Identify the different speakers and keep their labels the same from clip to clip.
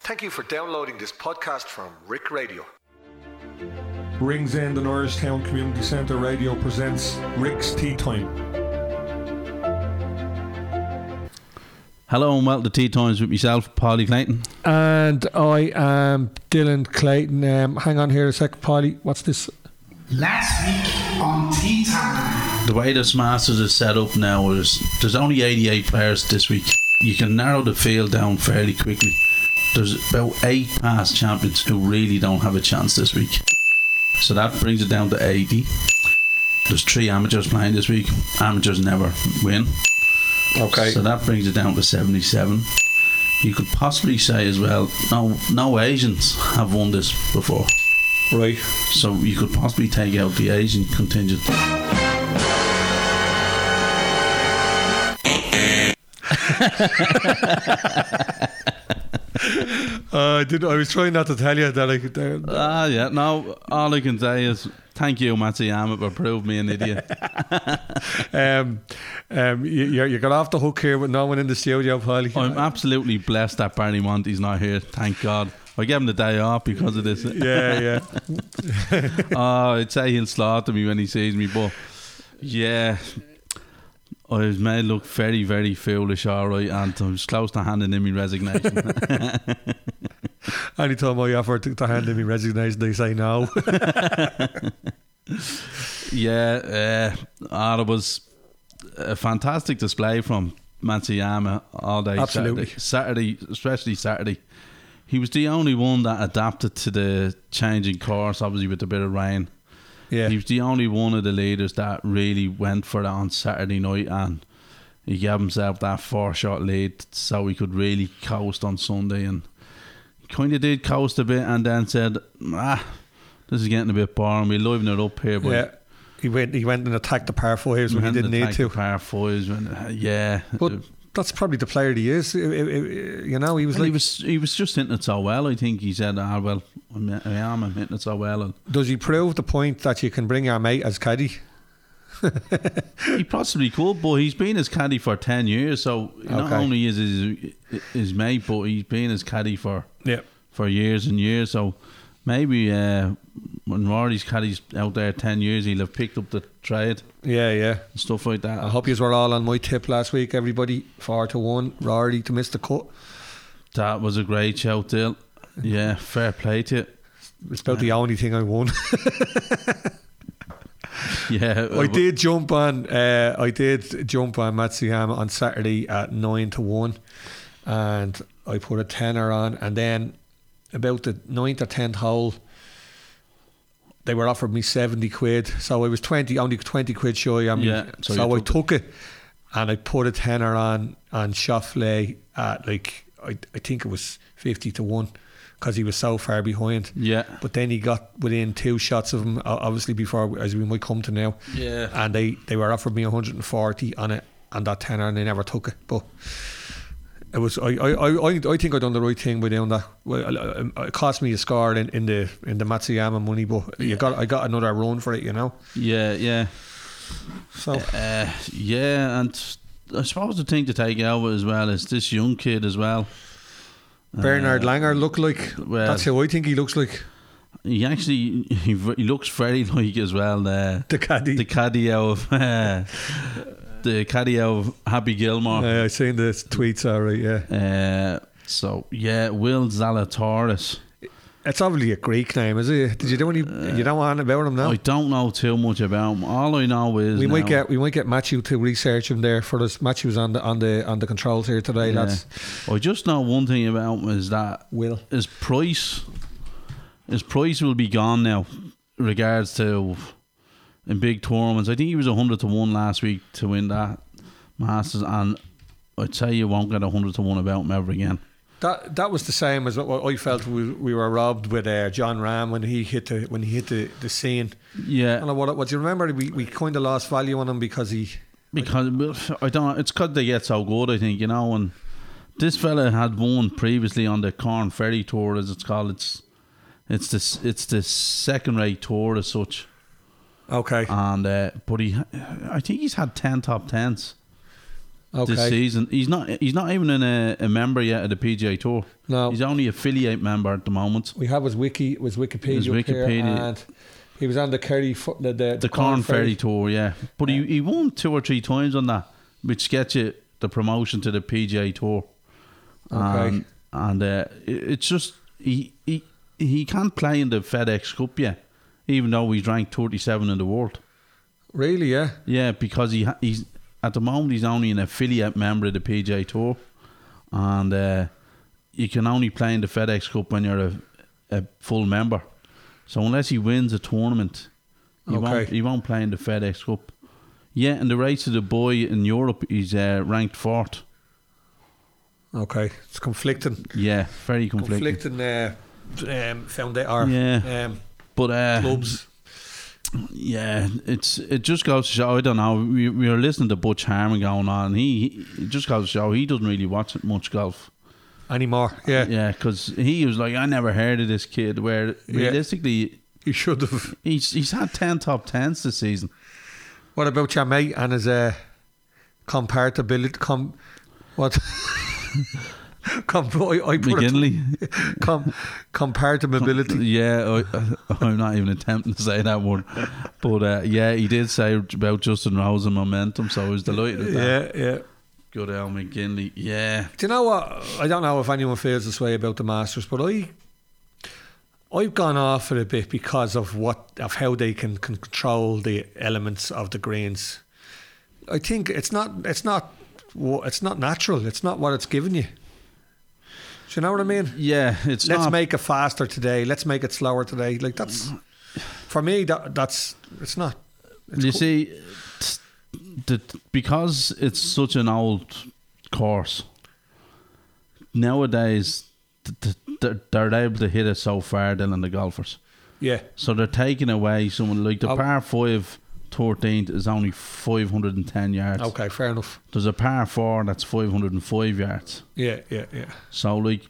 Speaker 1: Thank you for downloading this podcast from Rick Radio.
Speaker 2: Rings End and Irishtown Community Centre Radio presents Rick's Tea Time.
Speaker 3: Hello and welcome to Tea Times with myself, Polly Clayton.
Speaker 2: And I am Dylan Clayton. Um, hang on here a sec, Polly. What's this?
Speaker 4: Last week on Tea Time.
Speaker 3: The way this Masters is set up now is there's only 88 players this week. You can narrow the field down fairly quickly. There's about eight past champions who really don't have a chance this week. So that brings it down to 80. There's three amateurs playing this week. Amateurs never win.
Speaker 2: Okay.
Speaker 3: So that brings it down to 77. You could possibly say as well, no, no Asians have won this before.
Speaker 2: Right.
Speaker 3: So you could possibly take out the Asian contingent.
Speaker 2: Uh, I did. I was trying not to tell you that I could. Uh,
Speaker 3: Ah, yeah. No, all I can say is thank you, Matsuyama, for proving me an idiot.
Speaker 2: um, um, you, you you got off the hook here with no one in the studio, Polly.
Speaker 3: I'm absolutely blessed that Barry Monty's not here. Thank God. I gave him the day off because of this.
Speaker 2: yeah, yeah.
Speaker 3: oh, I'd say he'll slaughter me when he sees me, but yeah, I was made look very, very foolish, all right, and I was close to handing in my resignation.
Speaker 2: Anytime I offer to, to hand in my resignation, they say no.
Speaker 3: yeah, uh, ah, it was a fantastic display from Matsuyama all day.
Speaker 2: Absolutely.
Speaker 3: Saturday, Saturday, especially Saturday. He was the only one that adapted to the changing course, obviously with the bit of rain.
Speaker 2: yeah.
Speaker 3: He was the only one of the leaders that really went for it on Saturday night and he gave himself that four shot lead so he could really coast on Sunday and kind of did coast a bit and then said, ah, this is getting a bit boring. We're living it up here, but
Speaker 2: yeah. He went. He went and attacked the par fives when he didn't need to.
Speaker 3: Par fives when, uh, yeah.
Speaker 2: But that's probably the player he is. I- I- I- You know, he was
Speaker 3: And he
Speaker 2: like,
Speaker 3: was he was just hitting it so well. I think he said, "Ah, well, I'm, I am. I'm hitting it so well." And
Speaker 2: does he prove the point that you can bring your mate as caddy?
Speaker 3: he possibly could, but he's been his caddy for ten years. So not
Speaker 2: Okay.
Speaker 3: only is his his mate, but he's been his caddy for
Speaker 2: Yeah.
Speaker 3: for years and years. So maybe uh, when Rory's caddy's out there ten years, he'll have picked up the trade
Speaker 2: Yeah, yeah.
Speaker 3: and stuff like that.
Speaker 2: I hope you were all on my tip last week, everybody. Four to one, Rory to miss the cut.
Speaker 3: That was a great shout, Dale. Yeah, fair play to it.
Speaker 2: It's about the only thing I won.
Speaker 3: Yeah,
Speaker 2: I did jump on. Uh, I did jump on Matsuyama on Saturday at nine to one, and I put a tenner on. And then about the ninth or tenth hole, they were offered me seventy quid. So I was twenty, only twenty quid shy. I mean,
Speaker 3: Yeah,
Speaker 2: so,
Speaker 3: so
Speaker 2: I
Speaker 3: you
Speaker 2: took it, and I put a tenner on on Shoffley at like I, I think it was fifty to one because he was so far behind.
Speaker 3: Yeah.
Speaker 2: But then he got within two shots of him, o- obviously before as we might come to now.
Speaker 3: Yeah.
Speaker 2: And they they were offered me 140 on it and that tenner, and they never took it. But it was I I, I, I- I think I done the right thing by doing that. Well, I- I- it cost me a score in, in the in the Matsuyama money, but you got I got another run for it, you know.
Speaker 3: Yeah, yeah.
Speaker 2: So
Speaker 3: Uh, yeah, and I suppose the thing to take over as well is this young kid as well.
Speaker 2: Bernard Langer looked like
Speaker 3: Uh, well-
Speaker 2: that's how I think he looks like
Speaker 3: He actually he, v- he looks very like as well uh,
Speaker 2: the caddy.
Speaker 3: the caddy of uh, the caddy of Happy Gilmore.
Speaker 2: Uh, I seen the tweets, alright, yeah.
Speaker 3: Uh, so yeah, Will Zalatoris.
Speaker 2: It's obviously a Greek name, is it? Did you do any?
Speaker 3: Uh,
Speaker 2: you know on about him now?
Speaker 3: I don't know too much about him. All I know is
Speaker 2: we might
Speaker 3: now-
Speaker 2: get we might get Matthew to research him there for us. Matthew's on the on the on the controls here today.
Speaker 3: Yeah.
Speaker 2: That's
Speaker 3: uh, I just know one thing about him is that
Speaker 2: Will.
Speaker 3: his price his price will be gone now regards to in big tournaments. I think he was hundred to one last week to win that Masters and I tell you won't get hundred to one about him ever again.
Speaker 2: that that was the same as what I felt we, we were robbed with uh, John Ram when he hit the when he hit the, the scene.
Speaker 3: Yeah.
Speaker 2: And what what do you remember? We we kind of lost value on him because he
Speaker 3: Because well, I don't. It's because they get so good. I think you know. And this fella had won previously on the Corn Ferry Tour, as it's called. It's it's this it's the second rate tour as such.
Speaker 2: okay.
Speaker 3: And uh, but he, I think he's had ten top tens.
Speaker 2: Okay.
Speaker 3: this season. He's not. He's not even in a, a member yet of the PGA Tour.
Speaker 2: No.
Speaker 3: he's only affiliate member at the moment.
Speaker 2: we have his wiki, his Wikipedia,
Speaker 3: His
Speaker 2: up here,
Speaker 3: Wikipedia.
Speaker 2: and he was on the Kerry, fo- the the,
Speaker 3: The Corn Ferry Tour, yeah. But he, he won two or three times on that, which gets you the promotion to the PGA Tour.
Speaker 2: Okay.
Speaker 3: And, and uh, it- it's just, he, he, he can't play in the FedEx Cup yet, even though he's ranked 37 in the world.
Speaker 2: Really, yeah.
Speaker 3: Yeah, because he ha- he's at the moment he's only an affiliate member of the PGA Tour, and uh, you can only play in the FedEx Cup when you're a, a full member. So unless he wins a tournament, he won't
Speaker 2: Okay.
Speaker 3: he won't play in the FedEx Cup. Yeah, and the race of the boy in Europe, he's uh, ranked fourth.
Speaker 2: Okay, it's conflicting,
Speaker 3: Yeah, very conflicting.
Speaker 2: conflicting. Uh, um, found that are
Speaker 3: Yeah.
Speaker 2: um,
Speaker 3: But uh,
Speaker 2: clubs.
Speaker 3: Yeah, it's it just goes to show. I don't know. We, we were listening to Butch Harmon going on. He, he it just goes to show he doesn't really watch much golf.
Speaker 2: anymore. Yeah,
Speaker 3: Yeah, because he was like, I never heard of this kid. Where
Speaker 2: Yeah.
Speaker 3: realistically,
Speaker 2: he should have.
Speaker 3: he's he's had ten top tens this season.
Speaker 2: What about your mate and his uh, comparability? Com, what? com, I, I put it,
Speaker 3: McGinley,
Speaker 2: com, comparability.
Speaker 3: yeah, I, I'm not even attempting to say that word, but uh, yeah, he did say about Justin Rose and momentum, so I was delighted. With that.
Speaker 2: Yeah, yeah.
Speaker 3: good Al McGinley. Yeah,
Speaker 2: Do you know what? I don't know if anyone feels this way about the Masters, but I, I've gone off it a bit because of what of how they can, can control the elements of the greens. I think it's not it's not wha- it's not natural. It's not what it's giving you. Do you know what I mean?
Speaker 3: yeah, it's
Speaker 2: Let's
Speaker 3: not.
Speaker 2: make it faster today. Let's make it slower today. Like that's for me. That that's it's not.
Speaker 3: you see, t- the, because it's such an old course, nowadays th- th- they're, they're able to hit it so far, Dylan, the golfers.
Speaker 2: Yeah,
Speaker 3: So they're taking away someone like the
Speaker 2: Oh.
Speaker 3: par 5 13th is only 510 yards.
Speaker 2: okay, fair enough.
Speaker 3: There's a par 4 that's 505 yards.
Speaker 2: Yeah, yeah, yeah.
Speaker 3: So like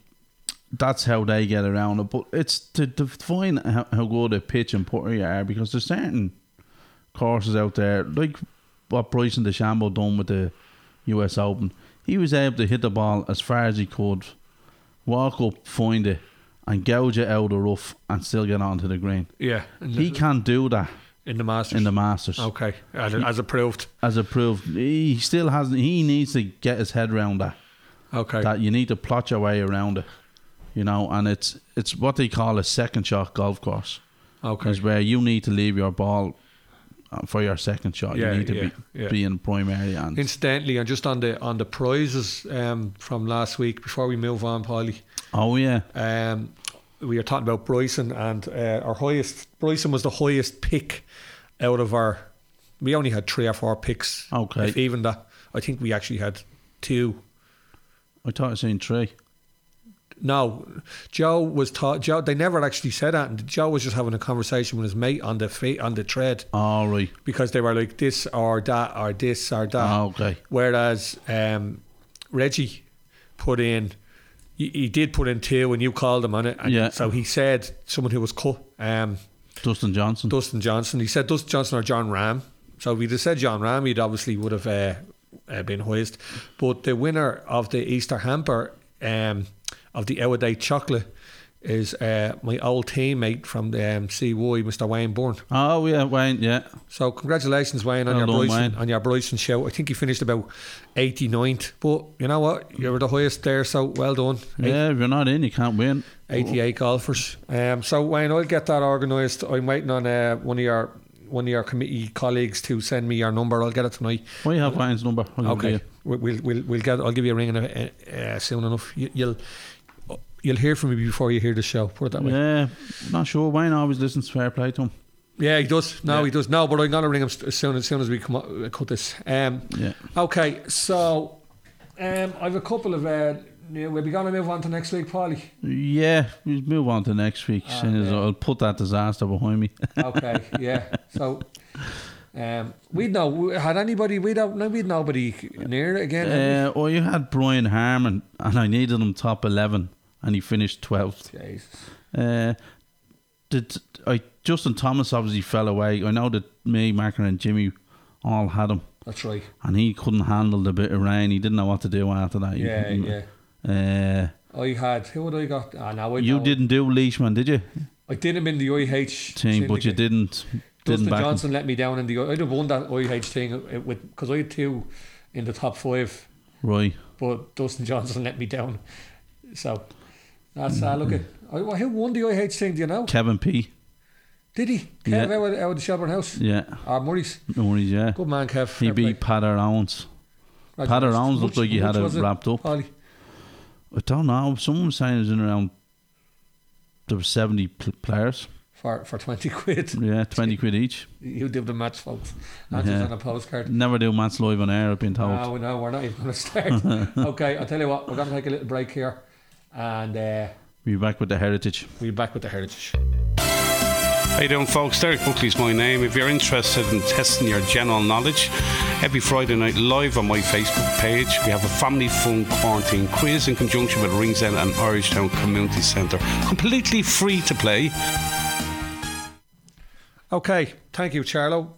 Speaker 3: that's how they get around it. But it's to define how, how good a pitch and putter are because there's certain courses out there like what Bryson DeChambeau done with the U.S. Open. He was able to hit the ball as far as he could, walk up, find it, and gouge it out the rough and still get onto the green.
Speaker 2: Yeah, in the,
Speaker 3: He can't do that
Speaker 2: in the Masters.
Speaker 3: in the Masters.
Speaker 2: okay, as, as approved.
Speaker 3: As a proof, he still hasn't. He needs to get his head round that
Speaker 2: Okay.
Speaker 3: that you need to plot your way around it. You know, and it's it's what they call a second shot golf course,
Speaker 2: Okay.
Speaker 3: is where you need to leave your ball uh, for your second shot.
Speaker 2: Yeah,
Speaker 3: you need to
Speaker 2: yeah,
Speaker 3: be,
Speaker 2: yeah.
Speaker 3: be in primary and
Speaker 2: Incidentally, and just on the on the prizes um, from last week, before we move on, Polly,
Speaker 3: oh yeah,
Speaker 2: um, we were talking about Bryson and uh, our highest. Bryson was the highest pick out of our. We only had three or four picks.
Speaker 3: Okay.
Speaker 2: If even that, I think we actually had two.
Speaker 3: I thought I seen three.
Speaker 2: No, Joe was taught. Joe, they never actually said that. And Joe was just having a conversation with his mate on the fa- on the thread.
Speaker 3: All right,
Speaker 2: because they were like this or that or this or that.
Speaker 3: Ah, okay.
Speaker 2: Whereas um, Reggie put in, he, he did put in two, and you called him on it. And
Speaker 3: Yeah.
Speaker 2: So he said someone who was cut, um,
Speaker 3: Dustin Johnson.
Speaker 2: Dustin Johnson. He said Dustin Johnson or John Ram. So if he'd have said John Ram, he'd obviously would have uh, uh, been hoist. But the winner of the Easter hamper um, of the Our Day chocolate is uh, my old teammate from the um, CY, Mr. Wayne Bourne.
Speaker 3: oh yeah, Wayne. Yeah,
Speaker 2: So congratulations, Wayne, on
Speaker 3: Well
Speaker 2: your
Speaker 3: done,
Speaker 2: Bryson,
Speaker 3: Wayne.
Speaker 2: on your Bryson show. I think you finished about 89th, but you know what? You were the highest there, so well done. Eight-
Speaker 3: yeah. If you're not in, you can't win.
Speaker 2: 88 golfers. Um, so Wayne, I'll get that organised. I'm waiting on uh, one of your one of your committee colleagues to send me your number. I'll get it tonight.
Speaker 3: We have Wayne's number. I'll give
Speaker 2: Okay,
Speaker 3: it
Speaker 2: We- we'll we'll, we'll get. I'll give you a ring in a, uh, soon enough. You, you'll you'll hear from me before you hear the show. Put it that
Speaker 3: to you.
Speaker 2: way.
Speaker 3: Yeah, not sure. Wayne always listens to fair play to him.
Speaker 2: Yeah, he does. No,
Speaker 3: Yeah.
Speaker 2: he does. No, but I'm gonna ring him st- as soon as soon as we come o- cut this. Um,
Speaker 3: Yeah.
Speaker 2: Okay, so um, I've a couple of. Uh, new- we'll be gonna move on to next week, Polly.
Speaker 3: Yeah, we move on to next week. seeing as
Speaker 2: Ah, yeah.
Speaker 3: I'll put that disaster behind me.
Speaker 2: Okay, yeah. So um, we'd know we had anybody. We'd have, no, we'd nobody near it again. had
Speaker 3: Uh, well, you had Brian Harmon, and I needed him top eleven, and he finished twelfth.
Speaker 2: we? Jesus.
Speaker 3: Uh, did I Justin Thomas obviously fell away? I know that me, Macker, and Jimmy all had him.
Speaker 2: That's right.
Speaker 3: and he couldn't handle the bit of rain. He didn't know what to do after that. He-
Speaker 2: Yeah, yeah.
Speaker 3: Uh,
Speaker 2: I had who would I got? Ah, no, I
Speaker 3: you
Speaker 2: know.
Speaker 3: didn't do Leishman, did you?
Speaker 2: I did him in the IH
Speaker 3: Team, but you didn't.
Speaker 2: syndicate.
Speaker 3: Didn't
Speaker 2: Dustin
Speaker 3: back him.
Speaker 2: Johnson let me down in the. I'd have won that IH thing uh, with because I had two in the top five,
Speaker 3: Right.
Speaker 2: but Dustin Johnson let me down. So that's uh, look at. I, well, who won the IH thing? Do you know?
Speaker 3: Kevin P.
Speaker 2: Did he? Kev
Speaker 3: Yeah.
Speaker 2: out, of- out of the Shelburne House.
Speaker 3: Yeah.
Speaker 2: Ah, Murray's.
Speaker 3: No worries, yeah.
Speaker 2: Good man, Kev.
Speaker 3: He
Speaker 2: Fair play.
Speaker 3: beat Patter Owens.
Speaker 2: Right,
Speaker 3: Padder
Speaker 2: which-
Speaker 3: Owens looked
Speaker 2: which-
Speaker 3: like he had
Speaker 2: which
Speaker 3: it
Speaker 2: was
Speaker 3: wrapped up.
Speaker 2: Ollie?
Speaker 3: I don't know. Someone was saying it was in around there were seventy pl- players.
Speaker 2: for for twenty quid.
Speaker 3: Yeah, twenty quid each.
Speaker 2: You did the match, folks. Not
Speaker 3: Yeah.
Speaker 2: just on a postcard.
Speaker 3: Never do match live on air. I've been told.
Speaker 2: No, no, we're not even going to start. okay, I'll tell you what, we're going to take a little break here and uh,
Speaker 3: Be back with the heritage.
Speaker 2: we'll be back with the heritage.
Speaker 5: How you doing, folks? Derek Buckley's my name. If you're interested in testing your general knowledge, every Friday night live on my Facebook page, we have a family fun quarantine quiz in conjunction with Ringsend and Irish Town Community Centre. Completely free to play.
Speaker 2: Okay, thank you, Charlo.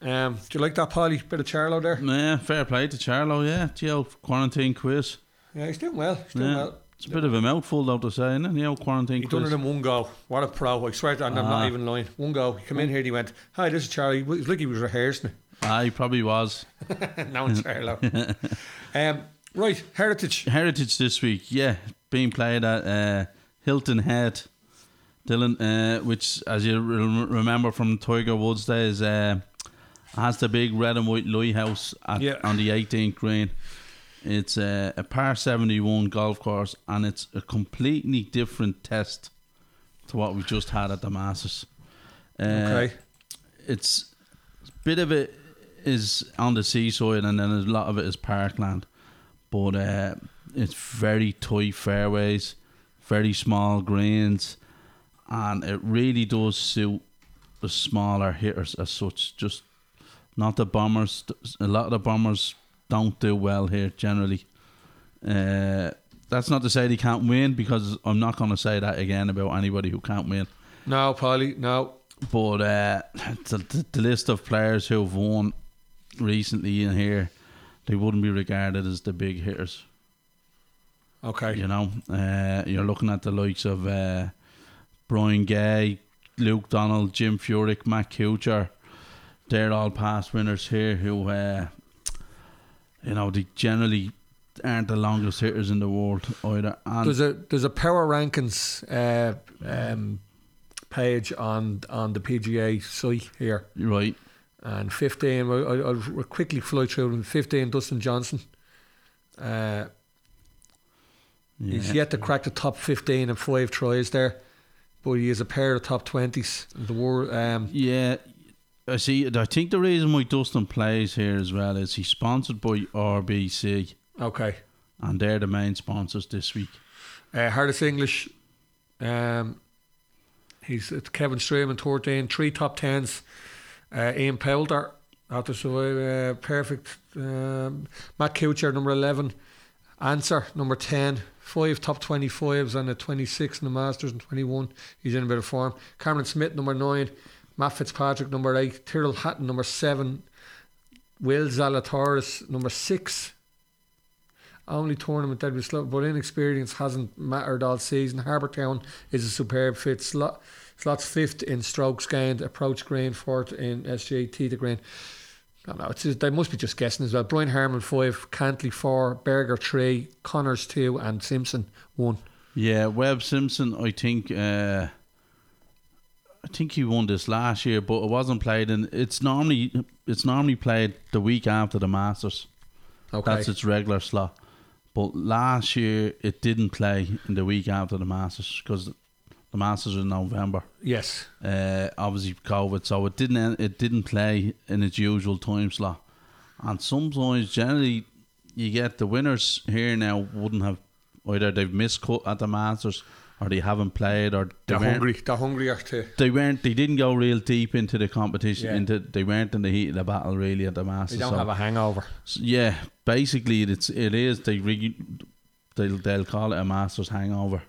Speaker 2: Um, do you like that, Polly? Bit of Charlo there?
Speaker 3: Yeah, fair play to Charlo. Yeah, Geo quarantine quiz.
Speaker 2: Yeah, he's doing well. He's doing
Speaker 3: Yeah.
Speaker 2: well.
Speaker 3: It's a bit of a mouthful, though, to say, isn't it? You know, quarantine
Speaker 2: He done
Speaker 3: quiz.
Speaker 2: it in one go. What a pro! I swear, to, and I'm
Speaker 3: Ah.
Speaker 2: not even lying. One go. He came in here. and He went, "Hi, this is Charlie." It was like he was rehearsing.
Speaker 3: Ah, he probably was.
Speaker 2: it. now it's Charlo. um, right, heritage.
Speaker 3: Heritage this week, yeah, being played at uh, Hilton Head, Dylan, uh, which, as you re- remember from Tiger Woods days, uh, has the big red and white lighthouse at,
Speaker 2: Yeah.
Speaker 3: on the 18th green. It's uh, a par 71 golf course, and it's a completely different test to what we just had at the Masters. Uh,
Speaker 2: Okay.
Speaker 3: it's a bit of it is on the seaside and then a lot of it is parkland but uh, it's very tight fairways very small greens and it really does suit the smaller hitters as such just not the bombers a lot of the bombers don't do well here generally uh, that's not to say they can't win because I'm not going to say that again about anybody who can't win
Speaker 2: No, Polly. No.
Speaker 3: but uh, the, the- the list of players who have won recently in here, they wouldn't be regarded as the big hitters.
Speaker 2: Okay.
Speaker 3: You know, uh, you're looking at the likes of uh, Brian Gay, Luke Donald, Jim Furyk, Matt Kuchar. They're all past winners here who, uh, you know, they generally aren't the longest hitters in the world either. And
Speaker 2: There's a there's a power rankings uh, um, page on on the PGA site here,
Speaker 3: right,
Speaker 2: and 15. I, I- I'll r- quickly fly through them. 15, Dustin Johnson. Uh, He's
Speaker 3: yeah.
Speaker 2: yet to crack the top 15 and five tries there, but he is a pair of top 20s. The war, um,
Speaker 3: Yeah, I see. I think the reason why Dustin plays here as well is he's sponsored by RBC,
Speaker 2: okay.
Speaker 3: and they're the main sponsors this week.
Speaker 2: Uh, hardest English. Um, he's it's Kevin Stream and 14, three top 10s. Uh, Ian Powder, after so uh, perfect. Um, Matt Kuchar, number 11. Answer, number 10. Five top 25s and a 26 in the Masters and 21. He's in a bit of form. Cameron Smith, number 9. Matt Fitzpatrick, number 8. Tyrrell Hatton, number 7. Will Zalatoris, number 6 only tournament that we slow, but inexperience hasn't mattered all season. Harbourtown is a superb fit. Slot, slots fifth in strokes gained, approach green, fourth in SJT the green. I don't know. It's just, they must be just guessing as well. Brian Harmon five, Cantley four, Berger three, Connors two, and Simpson one.
Speaker 3: Yeah, Webb Simpson. I think. Uh, I think he won this last year, but it wasn't played. And it's normally it's normally played the week after the Masters.
Speaker 2: Okay.
Speaker 3: That's its regular slot. But last year it didn't play in the week after the Masters because the Masters are in November.
Speaker 2: yes.
Speaker 3: uh, obviously COVID, so it didn't en- it didn't play in its usual time slot. And sometimes, generally, you get the winners here now wouldn't have either they've missed cut at the Masters or they haven't played or they
Speaker 2: They're
Speaker 3: weren't-
Speaker 2: hungry. They're hungrier to.
Speaker 3: They weren't. They didn't go real deep into the competition.
Speaker 2: Yeah.
Speaker 3: Into they weren't in the heat of the battle really at the Masters.
Speaker 2: They don't
Speaker 3: so-
Speaker 2: have a hangover.
Speaker 3: so, yeah, basically it's it is they re, they'll they'll call it a Masters hangover.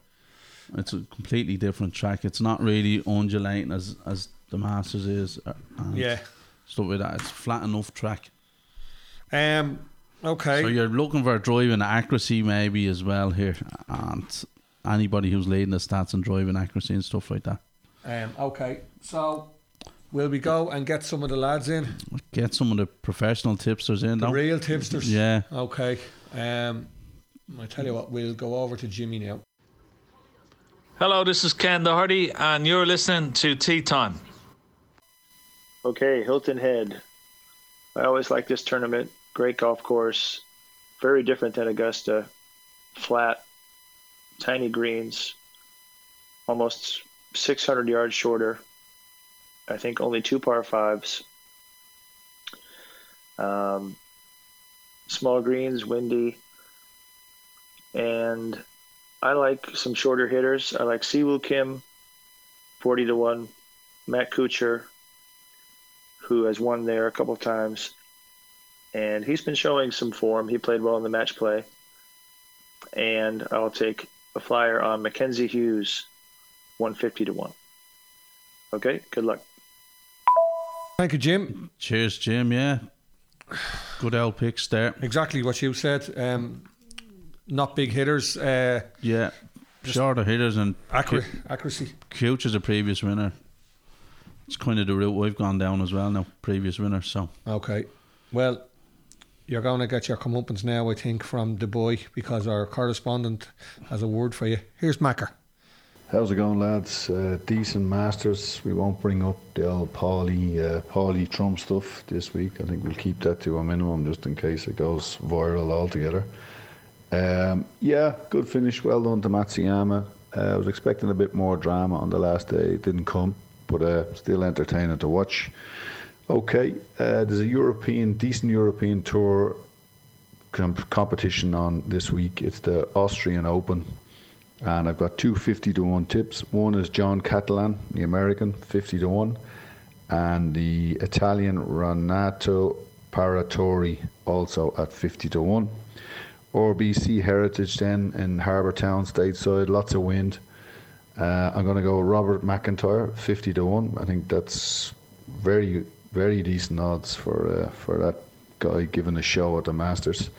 Speaker 3: It's a completely different track. It's not really undulating as as the Masters is. uh, And
Speaker 2: Yeah.
Speaker 3: stuff like that. It's a flat enough track.
Speaker 2: Um, okay.
Speaker 3: So you're looking for driving accuracy maybe as well here, and anybody who's leading the stats and driving accuracy and stuff like that.
Speaker 2: um, okay. So will we go and get some of the lads in?
Speaker 3: Get some of the professional tipsters in.
Speaker 2: The
Speaker 3: don't-
Speaker 2: real tipsters.
Speaker 3: Yeah.
Speaker 2: Okay. Um, I tell you what, we'll go over to Jimmy now.
Speaker 6: Hello, this is Ken Doherty, and you're listening to Tea Time.
Speaker 7: Okay, Hilton Head. I always like this tournament. Great golf course. Very different than Augusta. Flat, tiny greens, almost 600 yards shorter. I think only two par fives. Um, small greens, windy. And I like some shorter hitters. I like Siwoo Kim, 40 to 1. Matt Kuchar, who has won there a couple of times, and he's been showing some form. He played well in the match play, and I'll take a flyer on Mackenzie Hughes, one fifty to one. Okay, good luck.
Speaker 2: Thank you, Jim.
Speaker 3: Cheers, Jim. Yeah. Good L picks there.
Speaker 2: Exactly what you said. Um, not big hitters. Uh,
Speaker 3: Yeah. Shorter hitters and
Speaker 2: accur- accuracy.
Speaker 3: Cooch is a previous winner. It's kind of the route we've gone down as well now. Previous winner, so
Speaker 2: Okay. Well, you're going to get your comeuppance now, I think, from the boy because our correspondent has a word for you. Here's Macker.
Speaker 8: How's it going, lads? Uh, decent Masters. We won't bring up the old Paulie, uh, Paulie Trump stuff this week. I think we'll keep that to a minimum just in case it goes viral altogether. Um, yeah, good finish. Well done to Matsuyama. Uh, I was expecting a bit more drama on the last day. It didn't come, but uh, still entertaining to watch. Okay, uh, there's a European, decent European tour comp- competition on this week. It's the Austrian Open. And I've got two 50 to 1 tips. One is John Catalan, the American, 50 to 1. And the Italian Renato Paratori, also at 50 to 1. RBC Heritage then in Harbour Town, stateside, lots of wind. Uh, I'm going to go Robert McIntyre, 50 to 1. I think that's very, very decent odds for uh, for that guy giving a show at the Masters.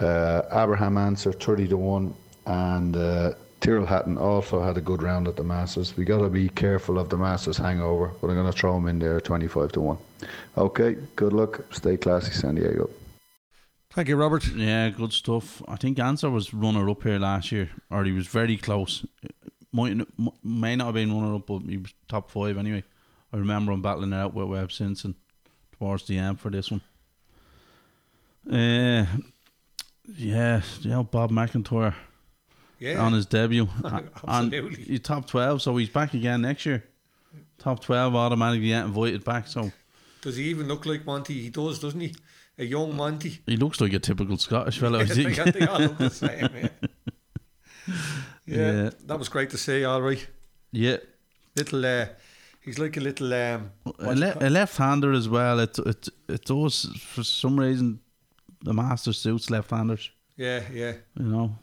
Speaker 8: Uh, Abraham Answer, 30 to 1. And uh, Tyrrell Hatton also had a good round at the Masters. we got to be careful of the Masters hangover, but I'm going to throw him in there, 25 to 1. Okay, good luck. Stay classy, San Diego.
Speaker 2: Thank you, Robert.
Speaker 3: yeah, good stuff. I think Answer was runner up here last year, or he was very close. Might m- may not have been runner up, but he was top five anyway. I remember him battling it out with Webb Simpson towards the end for this one. Uh, yeah, you know Bob McIntyre
Speaker 2: Yeah.
Speaker 3: on his debut, and
Speaker 2: Absolutely.
Speaker 3: he's top twelve, so he's back again next year. Top twelve automatically invited back, so.
Speaker 2: Does he even look like Monty? He does, doesn't he? A young Monty.
Speaker 3: He looks like a typical Scottish fellow. I
Speaker 2: they,
Speaker 3: think.
Speaker 2: all- they all look the same. Yeah. Yeah,
Speaker 3: Oh, Yeah.
Speaker 2: that was great to see. All right,
Speaker 3: yeah,
Speaker 2: little. Uh, he's like a little. Um,
Speaker 3: a, le- a left-hander as well. It it it does for some reason the master suits left-handers.
Speaker 2: yeah, yeah.
Speaker 3: You know,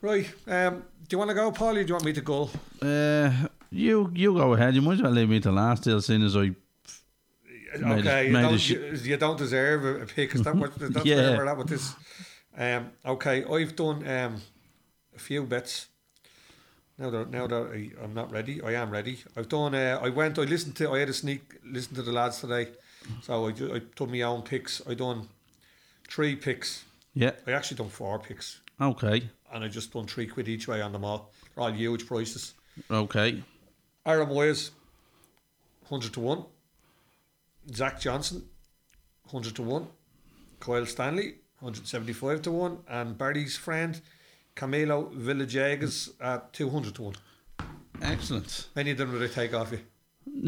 Speaker 2: Right. Um, do you want to go, Paulie? Or do you want me to go?
Speaker 3: uh, you you go ahead. You might as well leave me to last. As soon as I Made
Speaker 2: okay,
Speaker 3: a-
Speaker 2: you,
Speaker 3: made a
Speaker 2: don't,
Speaker 3: sh-
Speaker 2: you, you don't deserve a a pick. Is that what? Is that
Speaker 3: Yeah.
Speaker 2: yeah. where we're at with this? Um, okay, I've done um, a few bets. Now that now that I, I'm not ready, I am ready. I've done. Uh, I went. I listened to. I had a sneak. Listen to the lads today. So I, ju- I took my own picks. I done three picks.
Speaker 3: yeah
Speaker 2: I actually done four picks,
Speaker 3: okay
Speaker 2: and I just done three quid each way on them all. They're all huge prices.
Speaker 3: okay
Speaker 2: Aaron Moyes, 100 to 1. Zach Johnson, 100 to 1. Kyle Stanley, 175 to 1. And Barry's friend, Camilo Villegas, at 200 to 1.
Speaker 3: excellent.
Speaker 2: Many of them did I take off you?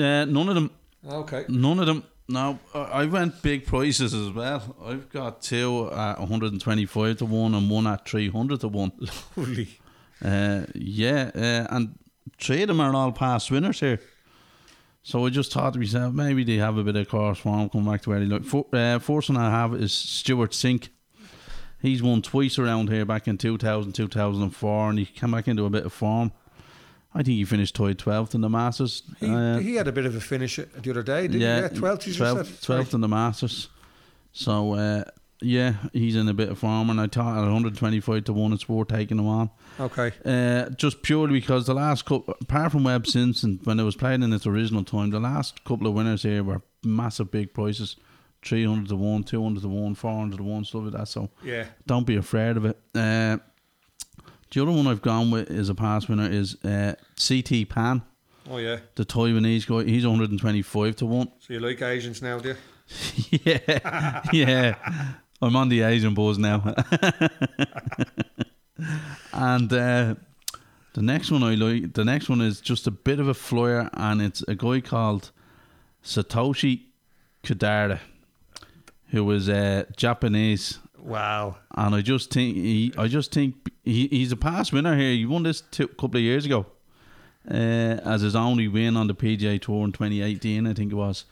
Speaker 3: Uh, none of them
Speaker 2: Okay.
Speaker 3: None of them. Now I I went big prices as well. I've got two at 125 to one and one at 300 to one.
Speaker 2: Holy.
Speaker 3: Uh, yeah, uh, and three of them are all past winners here. So I just thought to myself, maybe they have a bit of course form, come back to where they look. For, uh, first one I have is Stuart Sink. He's won twice around here back in 2000, 2004, and he came back into a bit of form. I think he finished tied 12th in the Masters.
Speaker 2: He,
Speaker 3: Uh,
Speaker 2: he had a bit of a finish the other day, didn't he? Yeah, 12th, you just
Speaker 3: 12th,
Speaker 2: said.
Speaker 3: 12th in the Masters. So uh, yeah, he's in a bit of form, and I thought at 125 to one, it's worth taking him on.
Speaker 2: Okay.
Speaker 3: Uh, just purely because the last couple, apart from Webb Simpson, when it was playing in its original time, the last couple of winners here were massive big prices 300 to 1, 200 to 1, 400 to 1, stuff like that. So
Speaker 2: Yeah.
Speaker 3: don't be afraid of it. Uh, the other one I've gone with is a past winner is uh, CT Pan,
Speaker 2: Oh yeah.
Speaker 3: the Taiwanese guy. He's 125 to 1.
Speaker 2: So you like Asians now, do you?
Speaker 3: yeah, yeah. I'm on the Asian balls now. and uh, the next one I like, the next one is just a bit of a flyer, and it's a guy called Satoshi Kodara, who was uh, Japanese.
Speaker 2: Wow.
Speaker 3: And I just think he, I just think he, he's a past winner here. He won this two, couple of years ago uh, as his only win on the PGA Tour in 2018, I think it was.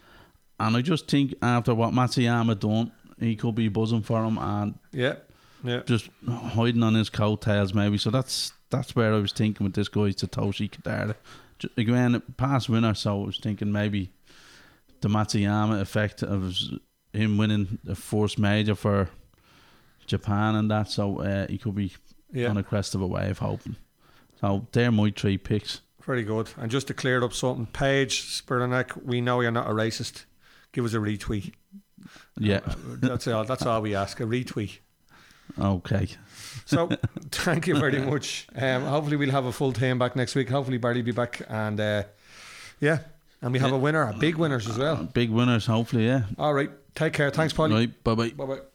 Speaker 3: And I just think after what Matsuyama done, he could be buzzing for him and
Speaker 2: Yeah. Yeah.
Speaker 3: just hiding on his coattails maybe. So that's that's where I was thinking with this guy Satoshi Kadara. Ju- Again, a past winner, so I was thinking maybe the Matsuyama effect of him winning the first major for Japan and that. So uh, he could be
Speaker 2: Yeah.
Speaker 3: on the crest of a wave, hoping. So they're my three picks.
Speaker 2: Very good. And just to clear up something, Paige Spiranek, we know you're not a racist. Give us a retweet.
Speaker 3: Yeah.
Speaker 2: That's all. That's all we ask. A retweet.
Speaker 3: Okay.
Speaker 2: So thank you very much. Um, hopefully we'll have a full team back next week. Hopefully Barry will be back, and uh, yeah, and we have a winner, a big winners as well.
Speaker 3: Big winners, hopefully. Yeah.
Speaker 2: All right. Take care. Thanks, Polly.
Speaker 3: Right. Bye bye.
Speaker 2: Bye bye.